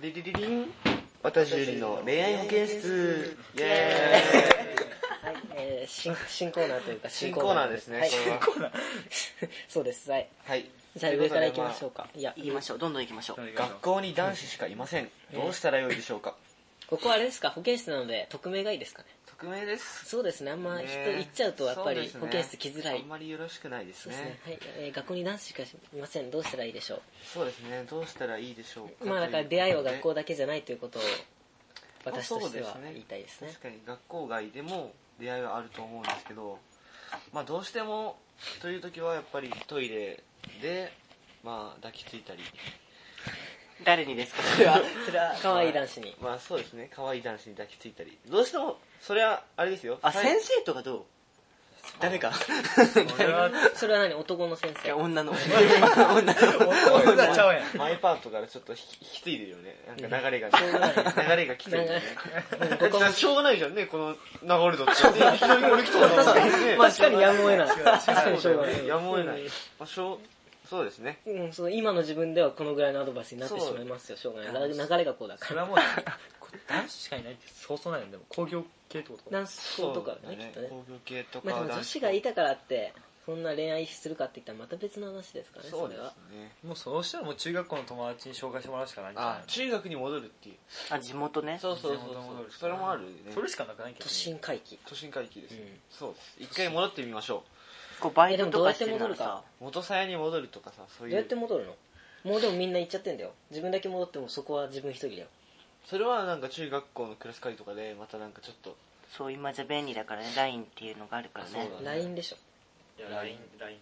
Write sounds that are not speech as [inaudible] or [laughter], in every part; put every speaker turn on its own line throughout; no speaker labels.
リリリリン私よりの恋愛保健室イエーイ
はい、えー、新新コーナーというか
新コーナーですね
はい
これは
新コーナー [laughs] そうですはい
はい
じゃあ上からいきましょう
う
かいや
言いましょうどんどん行きましょう
学校に男子しかいませんどうしたらよいでしょうか
ここはあれですか保健室なので匿名がいいですかね
匿名です
そうですねあんま人
ね
行っちゃうとやっぱ
そう
り
ですね
保健室来づら
あ
い
んまりよろしくないです
そうですね
ね
はい、えー学校に男子しかいませんどうしたらいいでしょ
そうですねどうしたらいいでしょう
う
か
まあだから出会いは学校
だ
だけじゃないということを私としては言いたいですね
確かに学校外でも出会いはあると思うんですけどまあどうしてもという時はやっぱりトイレでまあ抱きついたり
誰にですかそれ
[laughs]
はそれは
可愛い男子に
まあそうですね可愛い男子に抱きついたりどうしてもそれはあれですよ
あ
さい
先生とかどう誰か
俺は
それは何男の先
い
生
や
あ
女の女の
女ちゃう
[laughs]
や
[laughs]
ん
マイパートからちょっと引き引き継いでるよねなんか流れが
しょうがない
ね流れが来てるよね
流れ
だって [laughs] しょうがないじゃんねこの流れ [laughs] だってでいきなり俺来たからね
[laughs] 確かにやむを得ない確かにしょうがない
やむを得ない
うん
まあしょうそうですね
うん、その今の自分ではこのぐらいのアドバイスになって
そう
しまいますよしょうがない流れがこうだ
そ
か
れ
ら
はもう男子しかいないってそうそうないので [laughs] も工業系ってこと
男子校とかだねきっとね
工業系とか
まあでも女子がいたからってそんな恋愛するかって言ったらまた別の話ですからね
そ
そう
で
れ
す
は
ね
もうそうしたらもう中学校の友達に紹介してもらうしかないんじゃない
あ中学に戻るっていう
あ地元ね
そうそうそう
地元戻るし
そ
か
れ
ない
もあるね
それしかなくないけど
都心
ね
回帰
都心回帰ですね
うん
そうです一回戻ってみましょ
こうバイ
えで
ト
も
と
どうやっ
かして
て
る
戻
な
る
ら
か
さ
う元さやに戻るとかさそう
どう
い
やっ
う
て戻るのもうでもみんな行っちゃってんだよ自分だけ戻ってもそこは自分一人だよ
それはなんか中学校のクラス会とかでまたなんかちょっと
そう今じゃ便利だからね LINE っていうのがあるから
あ
ね
そうだね
LINE でしょ
いや LINE LINE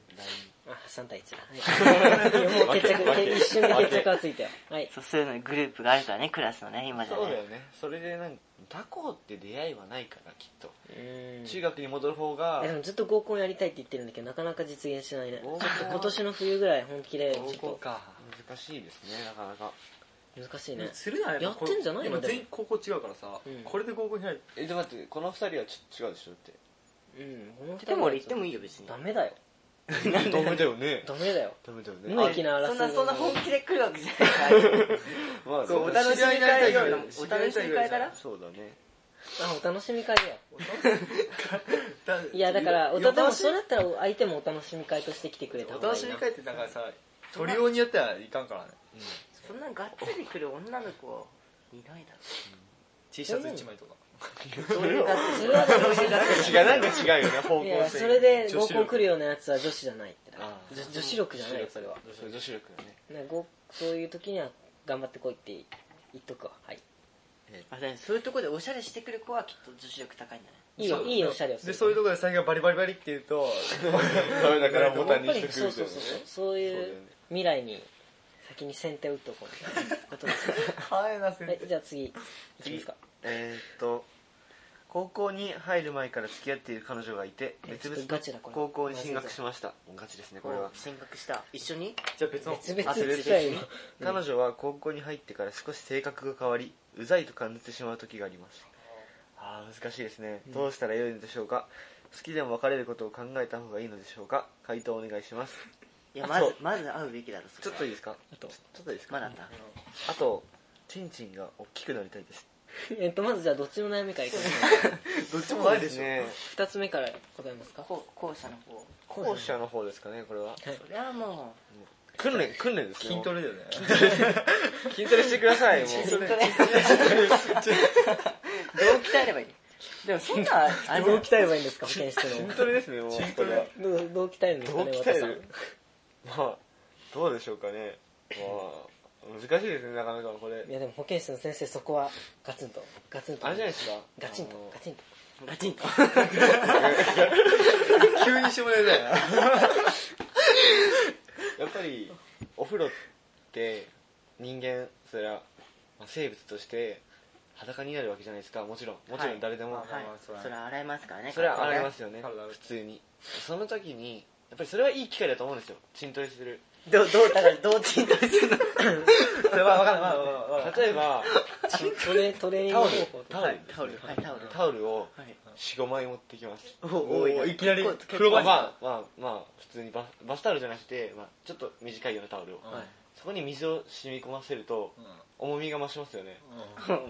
あ3対1だ、はい、もう決着け一瞬で決着はついたよはい
そうそういうのグループがあるからねクラスのね今じゃ
そうだ
ね
よねそれでなんか他校って出会いはないからきっと、
うん
中学に戻る方が
いやでもずっと合コンやりたいって言ってるんだけどなかなか実現しないねちょ
合コ
っ
ン
と今年の冬ぐらい本気でちょっと
か
難しいですねなかなか
難しいね
するならぱこれ
やってんじゃないの
今
でも
全員高校違うからさ
うん
これで高校開いて
えで待ってこの二人はちょっと違うでしょって
うんこの二人
でも俺行ってもいいよ別に
ダメだよ [laughs]
ダメだよね
ダメだよ
ダメだよね
無益な争い
そんなそんな本気で来るわけじゃないから
あまあ
こ [laughs] うお楽しみ会よりもお楽しみ会だろ
そうだね
あお楽しみ会だよ
だ
いやだからお
いや
たでも
楽し
それだったら相手もお楽しみ会として来てくれた方
お
が
楽
いい
しみ
な
会ってだからさ取りようによってはいかんからね
そんながっつり来る女の子いないだ
T シャツ一枚とか
ろどういうがっつ
そ
り
れはだって
違うなんか違うよね方向
い
性
やそれで合コン来るようなやつは女子じゃないってな
あー
女女子力じゃないよそれは
そう女子力だね
な合そういう時には頑張ってこいって言っとくわはい
あでもそういうとこでおしゃれしてくる子はきっと女子力高いんじゃない
いいよ
そう
いいおしゃれをする
でそういうとこで最後バリバリバリって言うと
ダメだからボタ
や
ン
っ
に
ぱ
して
り
くるみ
そう
た
そ
いうな
そうそうそ
そ
う
うだ
い
よ
う
ね
未来に先に先手を打っとこうみたいなことですね
早いな先
はい
生
じゃあ次いきますか
えーっと高校に入る前から付き合っている彼女がいて
え
別
ちょ
々
っとガチだこ
の
れ
高校に進学しましたガチですねこれは
進学した一緒に
じゃあ別の
別々
あ
付き合いの
彼女は高校に入ってから少し性格が変わりうざいと感じてしまう時がありますああ難しいですねどうしたらよいのでしょうか、好きでも別れることを考えた方がいいのでしょうか回答お願いします
いや
あ
ま
そう
ずまず会うべきだろそ
ちょっ
れは
といいですか
あと
ちょっといいですか
まだあった
あとチンチンが大きくなりたいです
えっとまずじゃあどっちの悩みからいきます
どっちも
ないでしょ
ね
2つ目からございますか
こう校舎の方
後者の方ですかねこれは
はい
それはも
訓練訓練ですよ
筋トレだよね
筋トレしてくださいもう
う筋トレどう鍛えればいいでも
[laughs]
そんなあ
どう
の
鍛えればいいんですか保健室
筋トレですねもう
筋
こ
ト
れは
レ
のどうどう鍛えるんです
ど
か
う鍛
ね和田
え
さん
るまあどうでしょうかねまあ難しいですねなかなかこれ
いやでも保健室の先生そこはガツンとガツンと
あれじゃないですか
ガチン
あ
と
の
ガチンと
ガチンと
急にしてもらえたよな
やっぱりお風呂って人間それはまあ生物として裸になるわけじゃないですかもちろんもちろ
は
ん
い
誰でも、
まあまあ
はい
まあそれは
それは洗いますからね
それは
体
あ
ね
りますよね
体ね
普通にその時にやっぱりそれはいい機会だと思うんですよ筋トレする
どうどうだからどうチンとするの
それは分からんまあまあまあ
例えば
トレトレーニング
タオ
方
ル
法とか
タオル
タオルはいタオル
タオルを
はい
45枚持ってきます
お多いない
きなり
結構
風呂場
まあまあまあ普通にバスバスタオルじゃなくて、まあ、ちょっと短いようなタオルを、
はい
そこに水を染み込ませると重みが増しますよね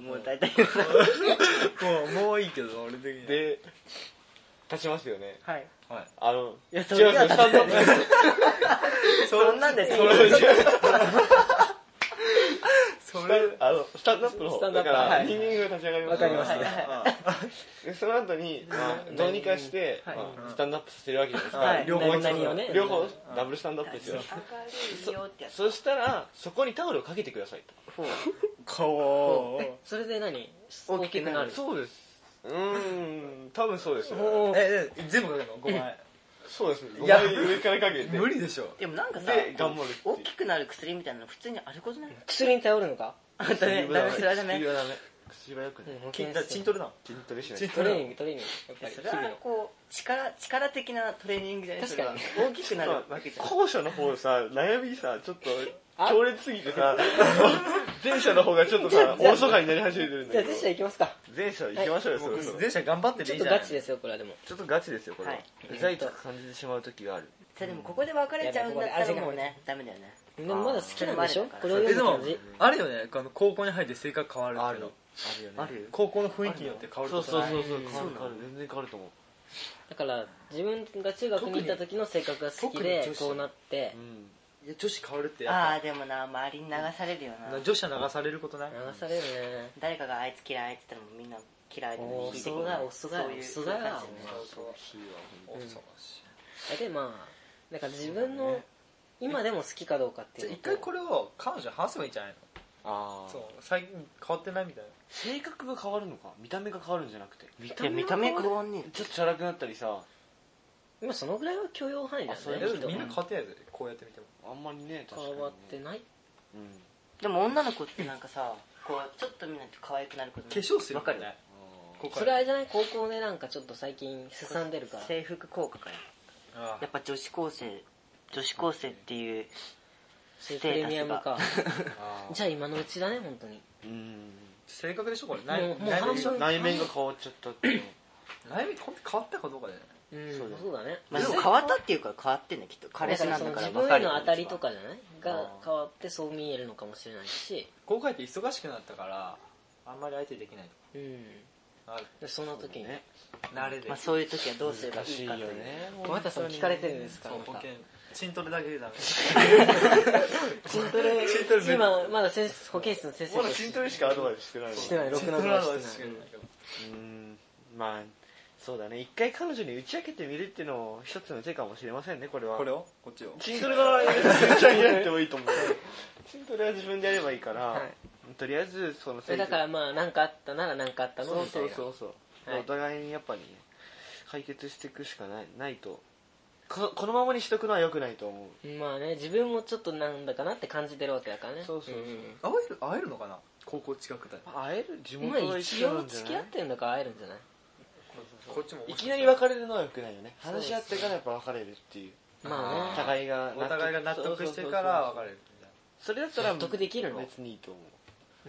もう大体
うん、もうもういいけど俺的には
で立ちますよね
はい
はい
あの
いや
違
それ
うんですよスタンドアップ
[laughs] そんなんで
それ
次
違う
そ
スタンあのスタンドアップの
スタ
方
ンド
だ
ア
か
ップ
ら
はい
人間が立ち上がります
わかりました
でその後に、まあ、どうにかして、
はい
まあスタンドアップさせるわけじゃないですか、
はい
両方
何何をね
両方ダブルスタンドアップです
明
よ
るいよってやつ
そしたらそこにタオルをかけてください
顔を
それで何
大きくなる
とそうですうーん多分そうですよ、
おー
ええ全部かけるの5枚
そうですね
いや
5枚上からかけて
無理でしょ
でもなんかさ
で頑張るっていう
大きくなる薬みたいなの普通にあることない
薬に頼るのか
あダメダメそれはダメ
薬はダメ薬はよくない
うん
きだチントレなの
筋トレしない
筋
トレーニングトレーニングやっぱ
そ
り
れ
日々
は
の
こう力力的なトレーニングじゃない
確かに
それは大きくなるわけじゃん
後者の方さ悩みさちょっと
あ
強烈すぎてさ前者の方がちょっとさおろそかになり始めてるん
じ
だ
ゃあ
け
前
ど
者いきますか
前者行きましょうよそろそろ
全社頑張って
ち
て
ょっ
いい
と
じゃな
ガ
い
チですよこれはでも
ちょっとガチですよこれは、
はいう
ざいとか感じてしまう時がある
それでもここで別れちゃうんだったらもうねダメだよね
でもまだ好きなんでしょ
あー
これを
えで
読む
も
感じ
あるよねあの高校に入って性格変わる
あ
ってい
る
うの
あるよね
よ
高校の雰囲気によって変わる
そう
と
そう
か
そうそう変わ
そう
る
なの
変わる全然変わると思う
だから自分が中学に行った時の性格が好きで
特に女子
こうなって
うん
いや女子変わるって
ああ
やっ
でもな周りに流されるよ
ぱ
な
女子は流されることない
流されるね
誰かがあいつ嫌いって言ったらもうみんな嫌いで
お
引いてく
そ
る
うだおそうだ
そういう
そうだ
そういう感じだよね
恐ろしいわ恐ろしい
でまあなんか自分の今でも好きかどうかってい
じ
う
ゃあ
のと
一回これを彼女に話せばいいんじゃない
あ
の
あ
そう最近変わってないみたいな
性格が変わるのか見た目が変わるんじゃなくて見
いや見た目変わんね
ちょっとチャラくなったりさ
今そのぐらいは許容範囲だ
あそれ
よ
え
ね
でもみんな
きっ
変
と
わってないでこうやってみても
あんまりね確かに
変
ね
わってない
うん
えでも女の子ってなんかさこうちょっと見ないと可愛くなること
化粧する
わかる
ね
あ
ここ
それあれじゃない高校でなんかちょっと最近すさんでるから
制服効果かよ
ああ
やっぱ女子高生女子高生っていう
そういうプレミアムか
ーあー
じゃあ今のうちだね本当に
うん
性格でしょこれ内
もうもう
内面
半分
内面が変わっちゃったっていう
内面ほんと変わったかどうかだよね
うん
そうだよ
そうだね
まあでも変わったっていうか変わってんねきっと彼氏なんだから
自
分
分
か
へ
るよ
の当たりとかじゃない
あ
が
ー
変わってそう見えるのかもしれないし
高校入って忙しくなったからあんまり相手できない
うん
とか
でその時に
ね
慣れで
まあそういう時はどうすれば
難
い
しい
い
よ
かという
ね
小畑さん聞かれてるんですか
そう
また
保険筋トレだ
[laughs]
けでダメ
ト
筋トレ
レめ
[laughs] 今まだ先生保健室の先生
ま
と
だ
し
筋トレしかアドバイスしてないの
してないろくなことはしてない
うんまあそうだね一回彼女に打ち明けてみるっていうのも一つの手かもしれませんねこれは
これをこっちを
筋トレは打ち上げなくてもいいと思う筋トレは自分でやればいいから、
はい
とりあえずその
それだからまあ何かあったなら何かあったの
そう
みたい
そう
な
そうそう、
はい
お互いにやっぱり、ね、解決していくしかないないとここのままにしとくのは良くないと思う
まあね自分もちょっとなんだかなって感じてるわけだからね
そうそうそうん
会える会えるのかな高校近くだよ
会える地
今
元は一
一
緒な
応
んじゃ
付
ない
き合ってるんだから会えるんじゃない
こっちも
いきなり別れるのは良くないよね話し合ってからやっぱ別れるっていう
ま
お
あね
互いが
お互いが納得してから別れるみたいな
そうそうそうそうそれだったら
納得できるの
別にいいと思う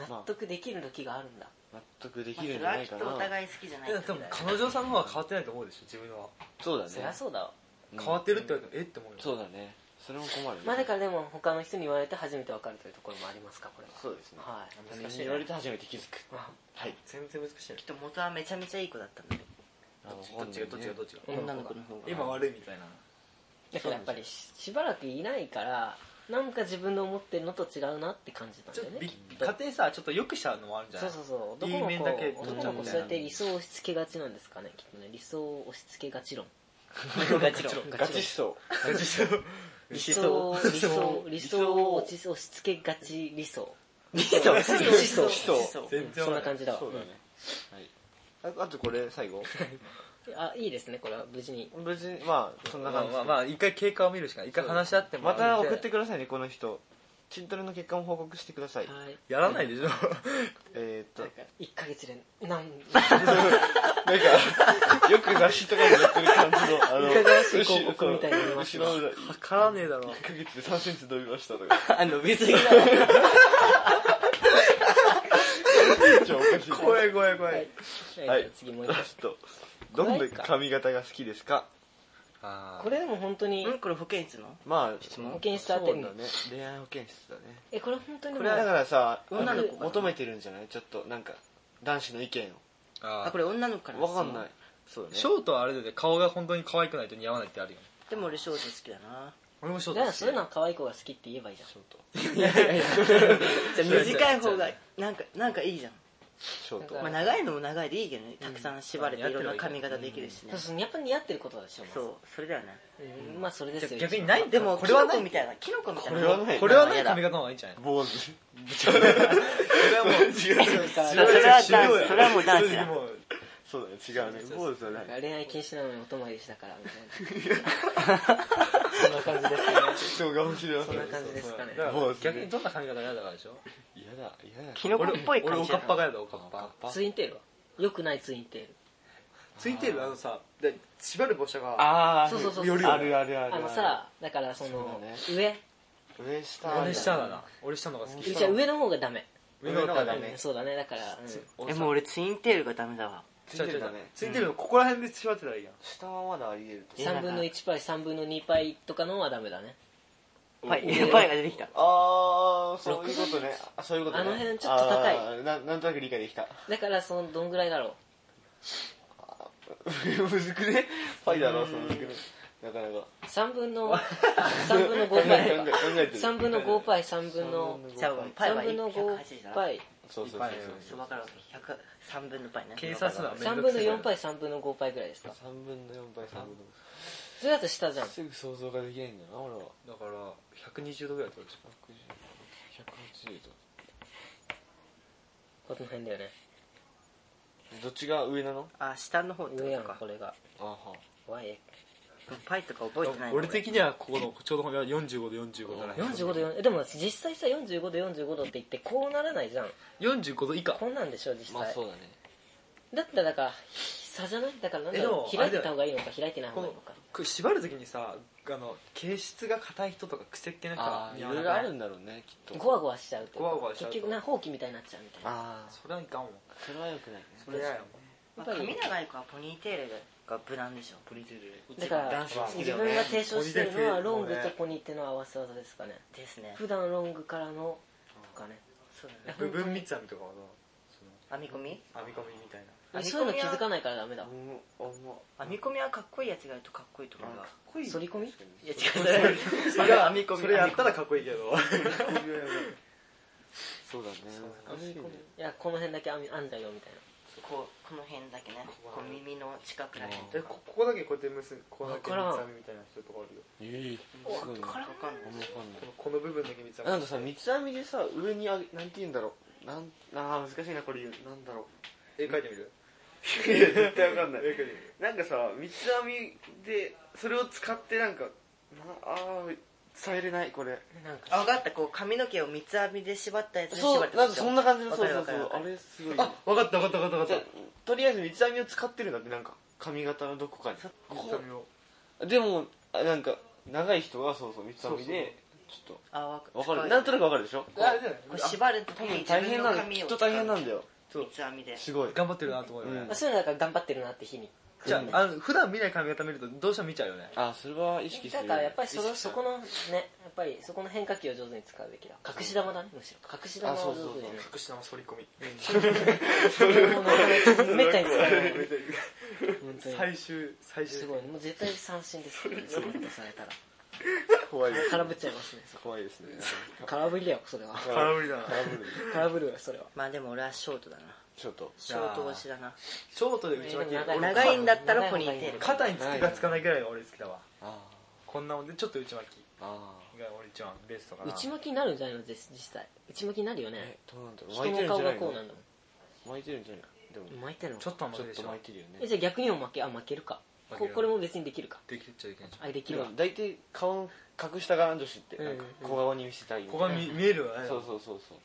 あ
納得できる時があるんだ
納得で
まあ
きるん
そ
じ
れ
ゃ
は
ない
き
か
っとお
な
互い好きじゃない
えでも彼女さんの方が変わってないと思うでしょ自分は
そうだね
そりゃそうだわ
うん
変わってるって言われてもえって思うよ
そうだねそれも困るね
まあだからでも他の人に言われて初めて分かるというところもありますかこれ
そうですね
ははい
他人
難しい
に
ね
言われて初めて気づく
あ
はい
全然難しいね
きっと元はめちゃめちゃいい子だったんだよ
あの
どっちがどっちがどっちが
女の子の方が
今悪いみたいな
だからやっぱりししばらくいないからなんか自分の思ってるのと違うなって感じたん
ち
だ
ょっ
よ
と
ね
び
きっと
家庭さちょっと良くしちゃうのもあるんじゃな
そ
いう
そうそう男
い
の
い面
子
だけ
男の子そうやって理想を押し付けがちなんですかねきっとね理想を押し付けがち論ガチ論
ガチ思想
理想理想理想を押し押し付けがち理想理想理想
理想
全然
そんな感じだわ
そうだねはいああとこれ最後
あいいですねこれは無事に
別にまあそんな
まあ
感じ
まあまあ一回経過を見るしかない一回話し合っても
ま
ら
た送ってくださいねこの人筋トレの結果も報告してください
はい
やらない [laughs] でしょ
えーっと
1ヶ月で何
なんかよく雑誌とかに載ってる感じのあの
いかがわし
後
い
ろ
広告みたいになりまし
後
た
ろの裏1
測らねえだろ
ヶ月で3センチ伸びましたとか
[laughs] あの別にだ
一応おかしい
怖い怖い怖い、
はい、
は
はいい、次もう一
ラ
回
ストどんな髪型が好きですか
あー
これでも本当に
うん、これ保健室の
まあ
質問
保健室あて
そう
に
だね恋愛保健室だね
えこれ本当にも
こ
う
れはだからさ
女の子かな
求めてるんじゃないちょっとなんか男子の意見
あー
あこれ女の子から
をわかんないそうだね
ショートはあれで顔が本当に可愛くないと似合わないってあるよね
でも俺ショート好きだな
俺もショー
だ
ト
か
好き
らそういう [laughs] のは可愛い子が好きって言えばいいじゃん
じゃあ短い方
じゃ
が
あ
なんかなんかいいじゃん、
ショート
だ
ま
か
あ、
ら
長いのも長いでいいけどねたくさん縛れて
うん
いろんな髪型できるしね、
そうそうやっぱ似合ってることでしょまず
そうそれだよね
うんまあそれですよ
逆にない
でも
こ
こ
れ
れ
は
は
ない
みたいなキノコみたいな
これはない
これはね
やだ
髪型の方がいいんじゃない
坊主
それはもう違
そうれはダンスそれはもうダンス
う
や
もう
そうだね違うね坊主はない
恋愛禁止なのにお泊まりしたからみたいなそんな感じですかね
人が面白い
そんな感じですかね
だから
坊主ね
逆にどんな髪型が嫌だからでしょ
嫌だ嫌だ
キノコっぽい
俺
感
お
じ
か
だ
っぱが嫌だおかっぱ
ツインテールはよくないツインテール
ついてるあのさで縛る帽子が
ああ
そうそうそう
よりあるあるある
あのさだからその
そうだね
上
上下
俺下だな俺下の方が好き
じゃあ上の方がダメ
上の方がダ
うん
メ
そうだねだからうん
えもう俺ツインテールがダメだわ
ついてるだね
ついてるのここら辺で縛ってたらいいやん
下はまだあり得ると
え
3分の1パイ3分の2パイとかのはダメだね
パイ [laughs] パイが出てきた
ああそういうことねあそういうことね
あの辺ちょっと高い
あーななんとなく理解できた [laughs]
だからそのどんぐらいだろ
むずくねファイだろそのむずくねなかなか
う3分の3分の5パイ
考えてる
3分の5パイ3分の
3分
じゃあパイは
3分の
180
5
だな
パイ
そうそうそう
そう分かるわかる100 3分のパイね
計算するのはめんど
3
く
分
さ
の
い
4パイ3分の5パイぐらいですか
3分の4倍3分の
それだと下じゃん
5すぐ想像ができないんだよな俺は
だから120度ぐらい取るでしょ
180度
この辺だよね
どっちが上なの
あ下の方って
上
こ
やん
とか
これが
あは
YX
パイとか覚えてない
俺的には
[laughs]
ここのちょうどこの45度45度だね
45度4でも実際さ45度45度って言ってこうならないじゃん
45度以下
こんなんでしょ実際、
まあそうだね
だったらだから差じゃないだからなんだろう
えでも
開いてた方がいいのか開いてない方
こ
がい
の
いのか
く縛る時にさあの形質が硬い人とか癖っ気な人
あ
は
あい
似合わ
ろ
ない
ろあるんだろうねきっと
ゴワゴワしちゃうっていうか
ゴワゴワしちゃうと
結局なほうきみたいになっちゃうみたいな
ああ
それはいかんもん
それはよくないね
それやよ
まあ髪長い子はポニーテールが無難でしょ
プリテル
だから
男子は好きだ
自
よ
分
ね
が提唱してるのはロン
ポニ
グ
ーテール
とポニーってのは合わせ技ですかね
ですね
普段ロングからのとかね
そうだね
部分三つ編みとかはどう
編み込み
編み込みみたいな
うん
そういうの気づかないからダメだ
うんうん
編み込みはかっこいいやつがやるとかっこいいと思うわ
こい
反り込み
いや違うそれは
それはそれやったらかっこいいけど
そうだね難しいね
いやこの辺だけ編み編んじゃうよみたいな
[laughs] こうこの辺だけねこう耳の近くらへん
えこここだけこうやって結ぶここだけ
わからん
三つ編みみたいな人とかあるよ
ええすごいね
わかんない
わかんない
このこの部分だけ三つ編み
なんかさ三つ編みでさ上にあげなんて言うんだろうなんあー難しいなこれ言うなんだろ
絵描いてみる
ういや絶対わかんない
絵描いてみる
なんかさ三つ編みでそれを使ってなんかなあー伝えれないこれ
なんか
あ分かったこう髪の毛を三つ編みで縛ったやつで
そ
縛っ
う
て
なんかそんな感じの
わ
そ
か
う
る
そ
わ
うそ
かる
う
わか
あ
る
れすごい
あ分かった分かった分かった
じゃ
分
あ
かっ
とりあえず三つ編みを使ってるんだってなんか髪型のどこかに
た三つ編みを
でもあなんか長い人はそうそう三つ編みでちょっ
あわ
とわかるなんとなくわかるでしょ
あれだよね
こう縛る時
多
に
分
自
大変
分の
なんだよ
髪
き
を
っと大変なんだよ
三つ編みです
ごい
頑張ってるなと思うよね、
うん
まあそういうのだから頑張ってるなって日に
じゃああの普段見ない髪型見るとどうしても見ちゃうよね
あそれは意識す
だ
る
からやっぱりそ
意
の
識す
そ
る
このねやっぱりそこの変化球を上手に使うべきだ隠し玉だねむしろ隠し玉を上手にね
隠し玉反り込み
それもなかなかめったに使わない本当に
最終最終
すごいもう絶対三振ですよねそんなことされたら
怖いです
空振っちゃいますね
怖いですね
空振りだよそれは
空振りだな
ダブル
空振るわそれは
まあでも俺はショートだな
ちょっと
ショート推しだな
ショートで内巻き
長い
俺
長いんだったらポニーテール
肩につくかつかないぐらいが俺好きだわ
あ
こんなもんでちょっと内巻き
あああ
が俺一番ベストかな
内巻きになるんじゃないの実実際内巻きになるよ
え
ね
どうなんだろう
人
巻いて
の
るん
顔
じゃな
が
い
こうな
の
んだもん
巻いてるんじゃないでも
巻いてるの
ちょっとは
ちょ
負
っ
けでし
と
ょ
巻いてるよ
え
ね
じゃあ逆にも負けあ負けるか
負け
こ
る
これも別にできるか
できちゃいけないじゃ
あでき
で
る
も
わ
大体顔の隠したがら女子って
うん
なんか小顔に見せたいみ
ん
たい
ここ
な
が見見えるわね
そうそうそうそう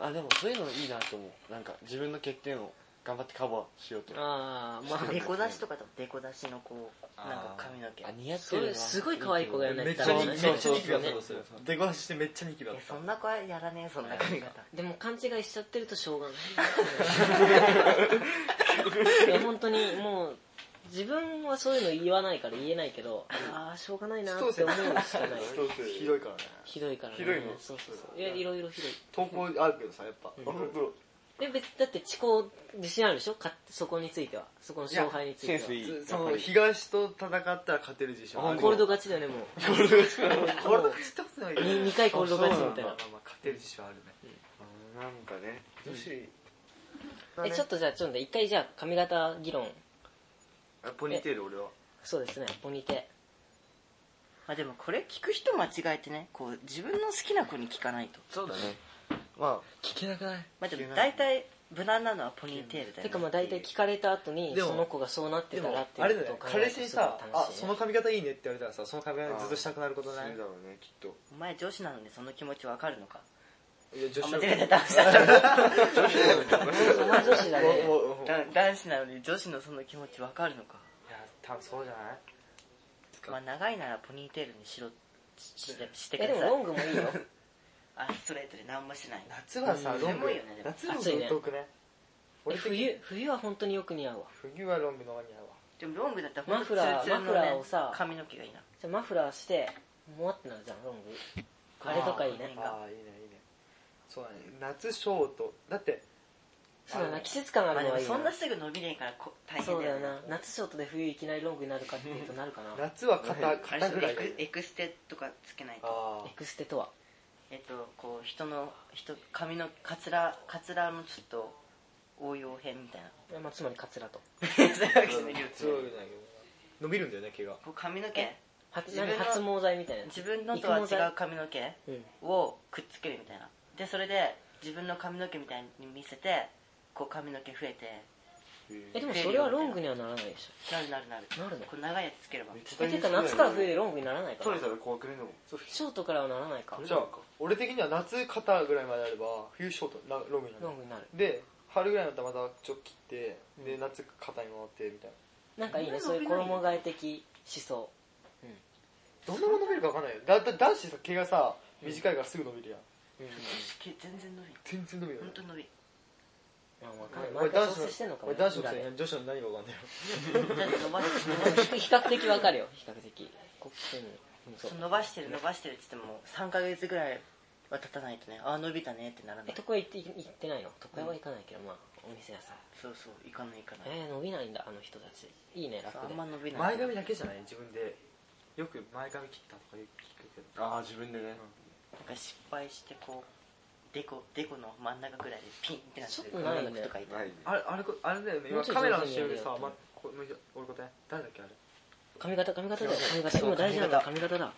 あでもそういうのいいなと思うなんか自分の欠点を頑張ってカバーしようとあ
ああまあ
デコ出しとかとデコ出しのこう
あー
なんか髪の毛え
似合って
そ
る
れ
な
すごい可愛い子がやらな
め
い
っ
と
ちゃ
ダメ
ニ
だ
キ
ね
め
そう
っちゃニキビだった
そう
と
そ
す
う
るデコ出ししてめっちゃニキビだった
そんな子はやらねえそんな髪型
でも勘違いしちゃ [laughs] ってるとしょうがないいや本当にもう自分はそういうの言わないから言えないけど、ああ、しょうがないなって思うしかない。
ひどいからね
[laughs] ひどいからね。
ひどいの
そうそうそう。いや、いろいろひどい。
投稿あるけどさやっぱ、
うん
本当
え、別、だって、地高、自信あるでしょかそこについては。そこの勝敗について
セ
は。
ンスいい
そ
やっぱ
の
り
東と戦ったら勝てる自信
あ
コールド
が
勝ちだよね、もう。
コールド勝ちってことないけど
に二回コールド勝ちみたいな
あそうまあまあまあ勝てる自信はあるね
あーなんかね女子だね
え、ちょっとじゃあ、ちょっと一回じゃあ、髪型議論。
あポニーテール俺は
そうですね、ポニテ。
あでもこれ聞く人間違えてねこう自分の好きな子に聞かないと
そうだね
ま
聞けなくない
まあでも大体無難なのはポニーテールだよね
てか、まあ大体聞かれた後に、
でも
その子がそうなって
で
た
も
らってい
あれ
う
だ
ことを
よね
考え
彼
る
氏
と
に
すごい
さ
楽
「あ
しい
そ
ね、
の髪型いいね」って言われたらさその髪
あ
型ずっとしたくなること
そうだ
ない
ろうねきっと
お前女子なのにその気持ちわかるのか
いや女
あ
子
間違えた男子
[laughs]
な
[laughs]
の
お前女子だ
[laughs]
ね
もうもうもういや
に男子なのに女子のその気持ちわかるのか
多分そうじゃない
まあ長いならポニーテールにしろししてしてく
え
だ
で
さい
もロングもいい
[laughs]
よ
あストレートで何もしない
夏はさ
うん
ロング
寒いよねでも
夏ロン
暑い
グ
ね
遠くね
え冬冬は本当によく似合うわ
冬はロングの間に合うわ
でもロングだったらほんとツルツル
マ
の
フラーマフラーを
ね
さ
髪の毛がいいな
じゃあマフラーしてもわってなるじゃんロングあれとかいいね
ああいいねいいねそうだね夏ショートだって
そうだな季節感あ
ま
る
あで
の
も
はいい
そん
な
なすぐ伸びねえからこ大
そ
変
う
だ
だよ
よ
な夏ショートで冬いきなりロングになるかっていうとなるかな
夏は肩
あれ
肩ぐらいがい
エ
い
クエクステとかつけないと
あ
エクステとは
えっとこう人の人髪のカツラカツラのちょっと応用編みたい
[laughs]
な
まあ、つまりカツラと
そういうわけじゃないけど
あそうじゃないけど伸びるんだよね毛が
こう髪の毛
発
自分
何
の
発毛剤みたいなやつ
自分のとは違
育毛剤
う髪の毛
うん
をくっつけるみたいなでそれで自分の髪の毛みたいに見せてこう髪の毛増えて
えでもそれはロングにはならないでし
なるなるなる
なるの
こう長いやつつければ
ょえてか夏から冬でロングにならないか
取
ら
れたら怖くねえのも
ショートからはならないか
じゃあ俺的には夏肩ぐらいまであれば冬ショートなロングになる
ロングになる
で春ぐらいになったらまたちょっと切って、で夏肩に回ってみたい
なんかいいねそういう衣替え的思想
などんなもん伸びるか分かんないよだだ男子さ毛がさ短いからすぐ伸びるやん、
毛全然伸びる
全然伸びるよ
本
ね
当伸びる
まあわかんない
俺
毎回
男
調
子の
整してんのかも
俺
ね裏で
男子のせい女子の何が分かんないよ
だって伸ばして伸ばして
比較的わかるよ比較的こうん [laughs] そう
そう伸ばしてる伸ばしてるって言っても3ヶ月ぐらいは経たないとねああ伸びたねってなら
え
ない
床屋行って行ってないの床屋は行かないけど、まあお店屋さん
そうそういかないいかない
えー、伸びないんだあの人たちいいね楽
そうあ
で
んま伸びない
前髪だけじゃない自分でよく前髪切ったとかよく聞くけど
ああ自分でね
なんか失敗してこうデコデコの真ん中ぐらいでピンってなって
ちょっとないね
女の子とかいた
ないね
あれあれこあれだよね
も
今
うちょい
カメラの CM で
上
さ、
手にや
ま
ってよ、
こ向いて俺答え誰だっけあれ
髪型髪型だよ髪型今大事なのは髪型だ
は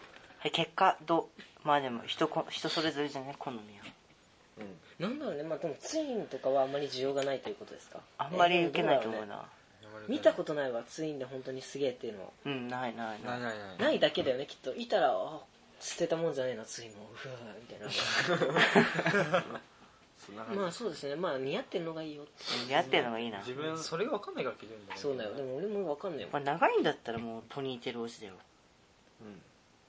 い結果どうまあでも人こ人それぞれじゃね好みは
うん
なんだろうねまあでもツインとかはあんまり需要がないということですか
あんまり受けないと思う
えーどだろね
な
見たことないわツインで本当にすげえっていうのは
うんないないない
ないな
ないだけだよねきっといたらあ捨てたもんじゃねえなツインもうわーみたいな
そんな感じ
まあそうですねまあ似合ってるのがいいよって
似合ってるのがいいな
自分それが分かんないから聞いてるんだ
そうだよでも俺もわかんないよ
まあ長いんだったらもうポニーテール推しだよ
うん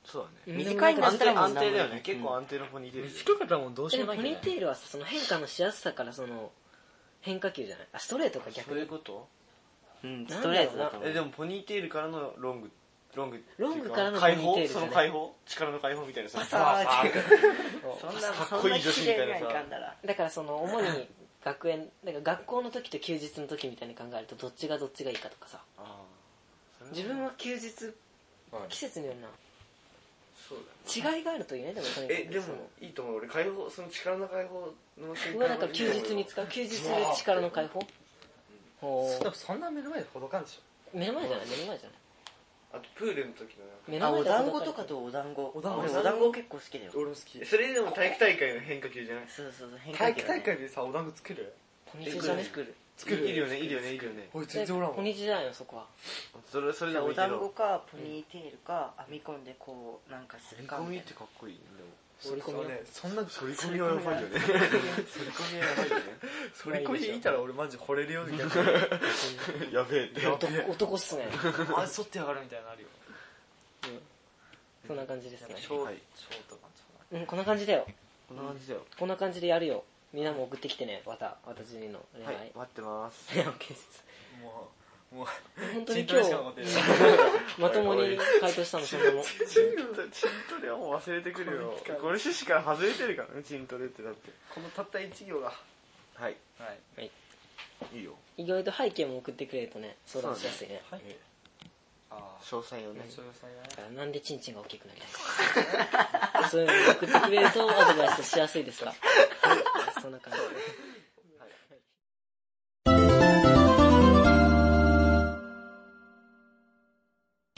そうだね
短いんだ
安
った
定
らも
安
う何
定
も
だ
な
よ
い
ね結構安定のポニーテールだよ
短かったらもうどうし
え
よ
で
う
も
も
ポ
ないけ
ニーテ
どね
ールはさその変化のしやすさからその変化球じゃないあストレートか逆
そういう
に
こと
うんストレートだと思
え
う
でもポニーテールからのロングロングっていう
ロングからの
解
ポ
放
ニーテールじ
そ
ゃな
の
い
解放力の解放みたいなさ
パサー
パー
そんな
か
そ
っ
ん
こい
ない
女子
綺
みた
麗
い
に
な
は
さ
いかんだら
だからその主に学園だから学校の時と休日の時みたいに考えるとどっちがどっちがいいかとかさ
あー
自分は休日
はい
季節によるな
そうだね
違いがあるといいねでもとにかく
えで
その
もいいと思う俺解放その力の解放の瞬
う
間
わだから休日に使う休日で力の解放ほ
でもそんな目の前でほどかんでしょ
う目の前じゃない目の前じゃない
あとプールの時のなんか
目の
あお
前で
団子とかとお団子
お団子
俺お団子結構好きだよ
俺も好き
えそれでも体育大会の変化球じゃない
そうそうそう変
体
化
育
球だ
大
ね
会でさお団子作る
ポニーテールじゃね
作る
作る
いるよねいるよねいるよね
おい全然おらんわ
ポニーテールじゃないのそこは
それそれ
じ
で
ゃあ
もい
お
いけ
団子
ど
かポニーテールか編み込んでこうなんか
振
する
り
か
込み
み
った
い
てかっこいいねでも
反り込み
そう
よ
ねそんな
反り込みはやばいよね反り込みはやばいよ
反り込み見たら俺マジ惚れるよみたいな
ね [laughs] やべえって
男男っす
[laughs]
ね
あそってやがるみたいなのあるよ
そんな感じですね
ショー
はい
ショートか
うんこんな感じだよ
こんな感じだよ
こんな感じでやるよみんなも送ってきてねまた私の恋
は
愛、
い待ってます
恋愛建設
もうもう
本当に
チン
今
ト
日
レしか持ってる
まともに回答したのそんな
[laughs]
もん
チントレチントレはもう忘れてくるよこれ趣旨から外れてるからねチントレってだって
このたった一行が
はい
はい
いいよ
意外と背景も送ってくれるとね相談しやすいね
はいああ
詳細をね
そういうさ
だからなんでチンチンが大きくなりたいかそういうのを送ってくれるとアドバイスしやすいですかはいそんな感じ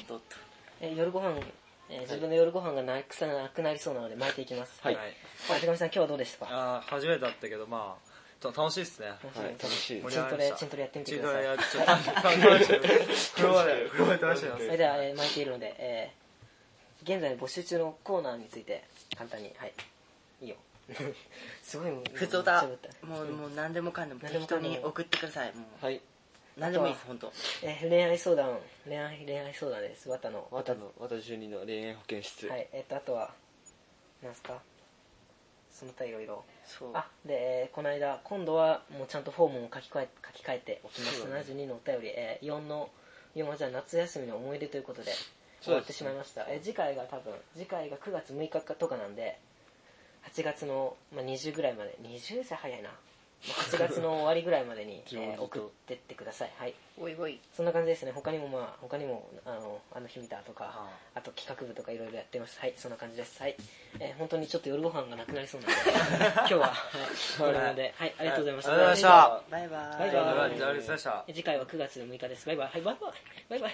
どっと
え夜ご飯えー自分の夜ご飯がなくさなくなりそうなので巻いていきます
はい
はい手紙さん今日はどうでしたか
ああ初めてだったけどまあと楽しいっすね
はい楽しい
チントレチントレやってみて
チン
くだ
ト
さ
レ
い
やっちゃった
[laughs]
風呂場で風呂場で楽しい
そ
な
れでは、えー巻いているので、えー現在募集中のコーナーについて簡単にはいいいよ [laughs] すごい
普通だ
もう
もうもう何でもかんでも
何でもか
適当
んでも
に送ってくださいもう
はい
何でもいいです本当
[laughs] えー恋愛相談恋愛恋愛相談です綿の
わたのわた12の恋愛保健室
はいえっ、とあとはなんすかその他いろいろ
そう
あで、えーこの間今度はもうちゃんとフォームを書き換え書き換えておきま
そ
す、
うだね
72のお便り、えー4の4はじゃあ夏休みの思い出ということで終わってしまいました、えー次回が多分次回が9月6日とかなんで8月の、まあ、20ぐらいまで20じゃ早いなまあ8月の終わりぐらいまでに、えー送ってってくださいはい
おいおい
そんな感じですね他にもまあ他にもあのあの日見たとか
あ
あと企画部とかいろいろやってますはいそんな感じですはい、えー本当にちょっと夜ご飯がなくなりそうな [laughs] ので今日は、はい、これなのではいありがとうございました
ありがとうございました
バイバ
バイ
イ
バイ
ありがとうございました
次回は9月6日ですバイバイはいバイバイバイバイ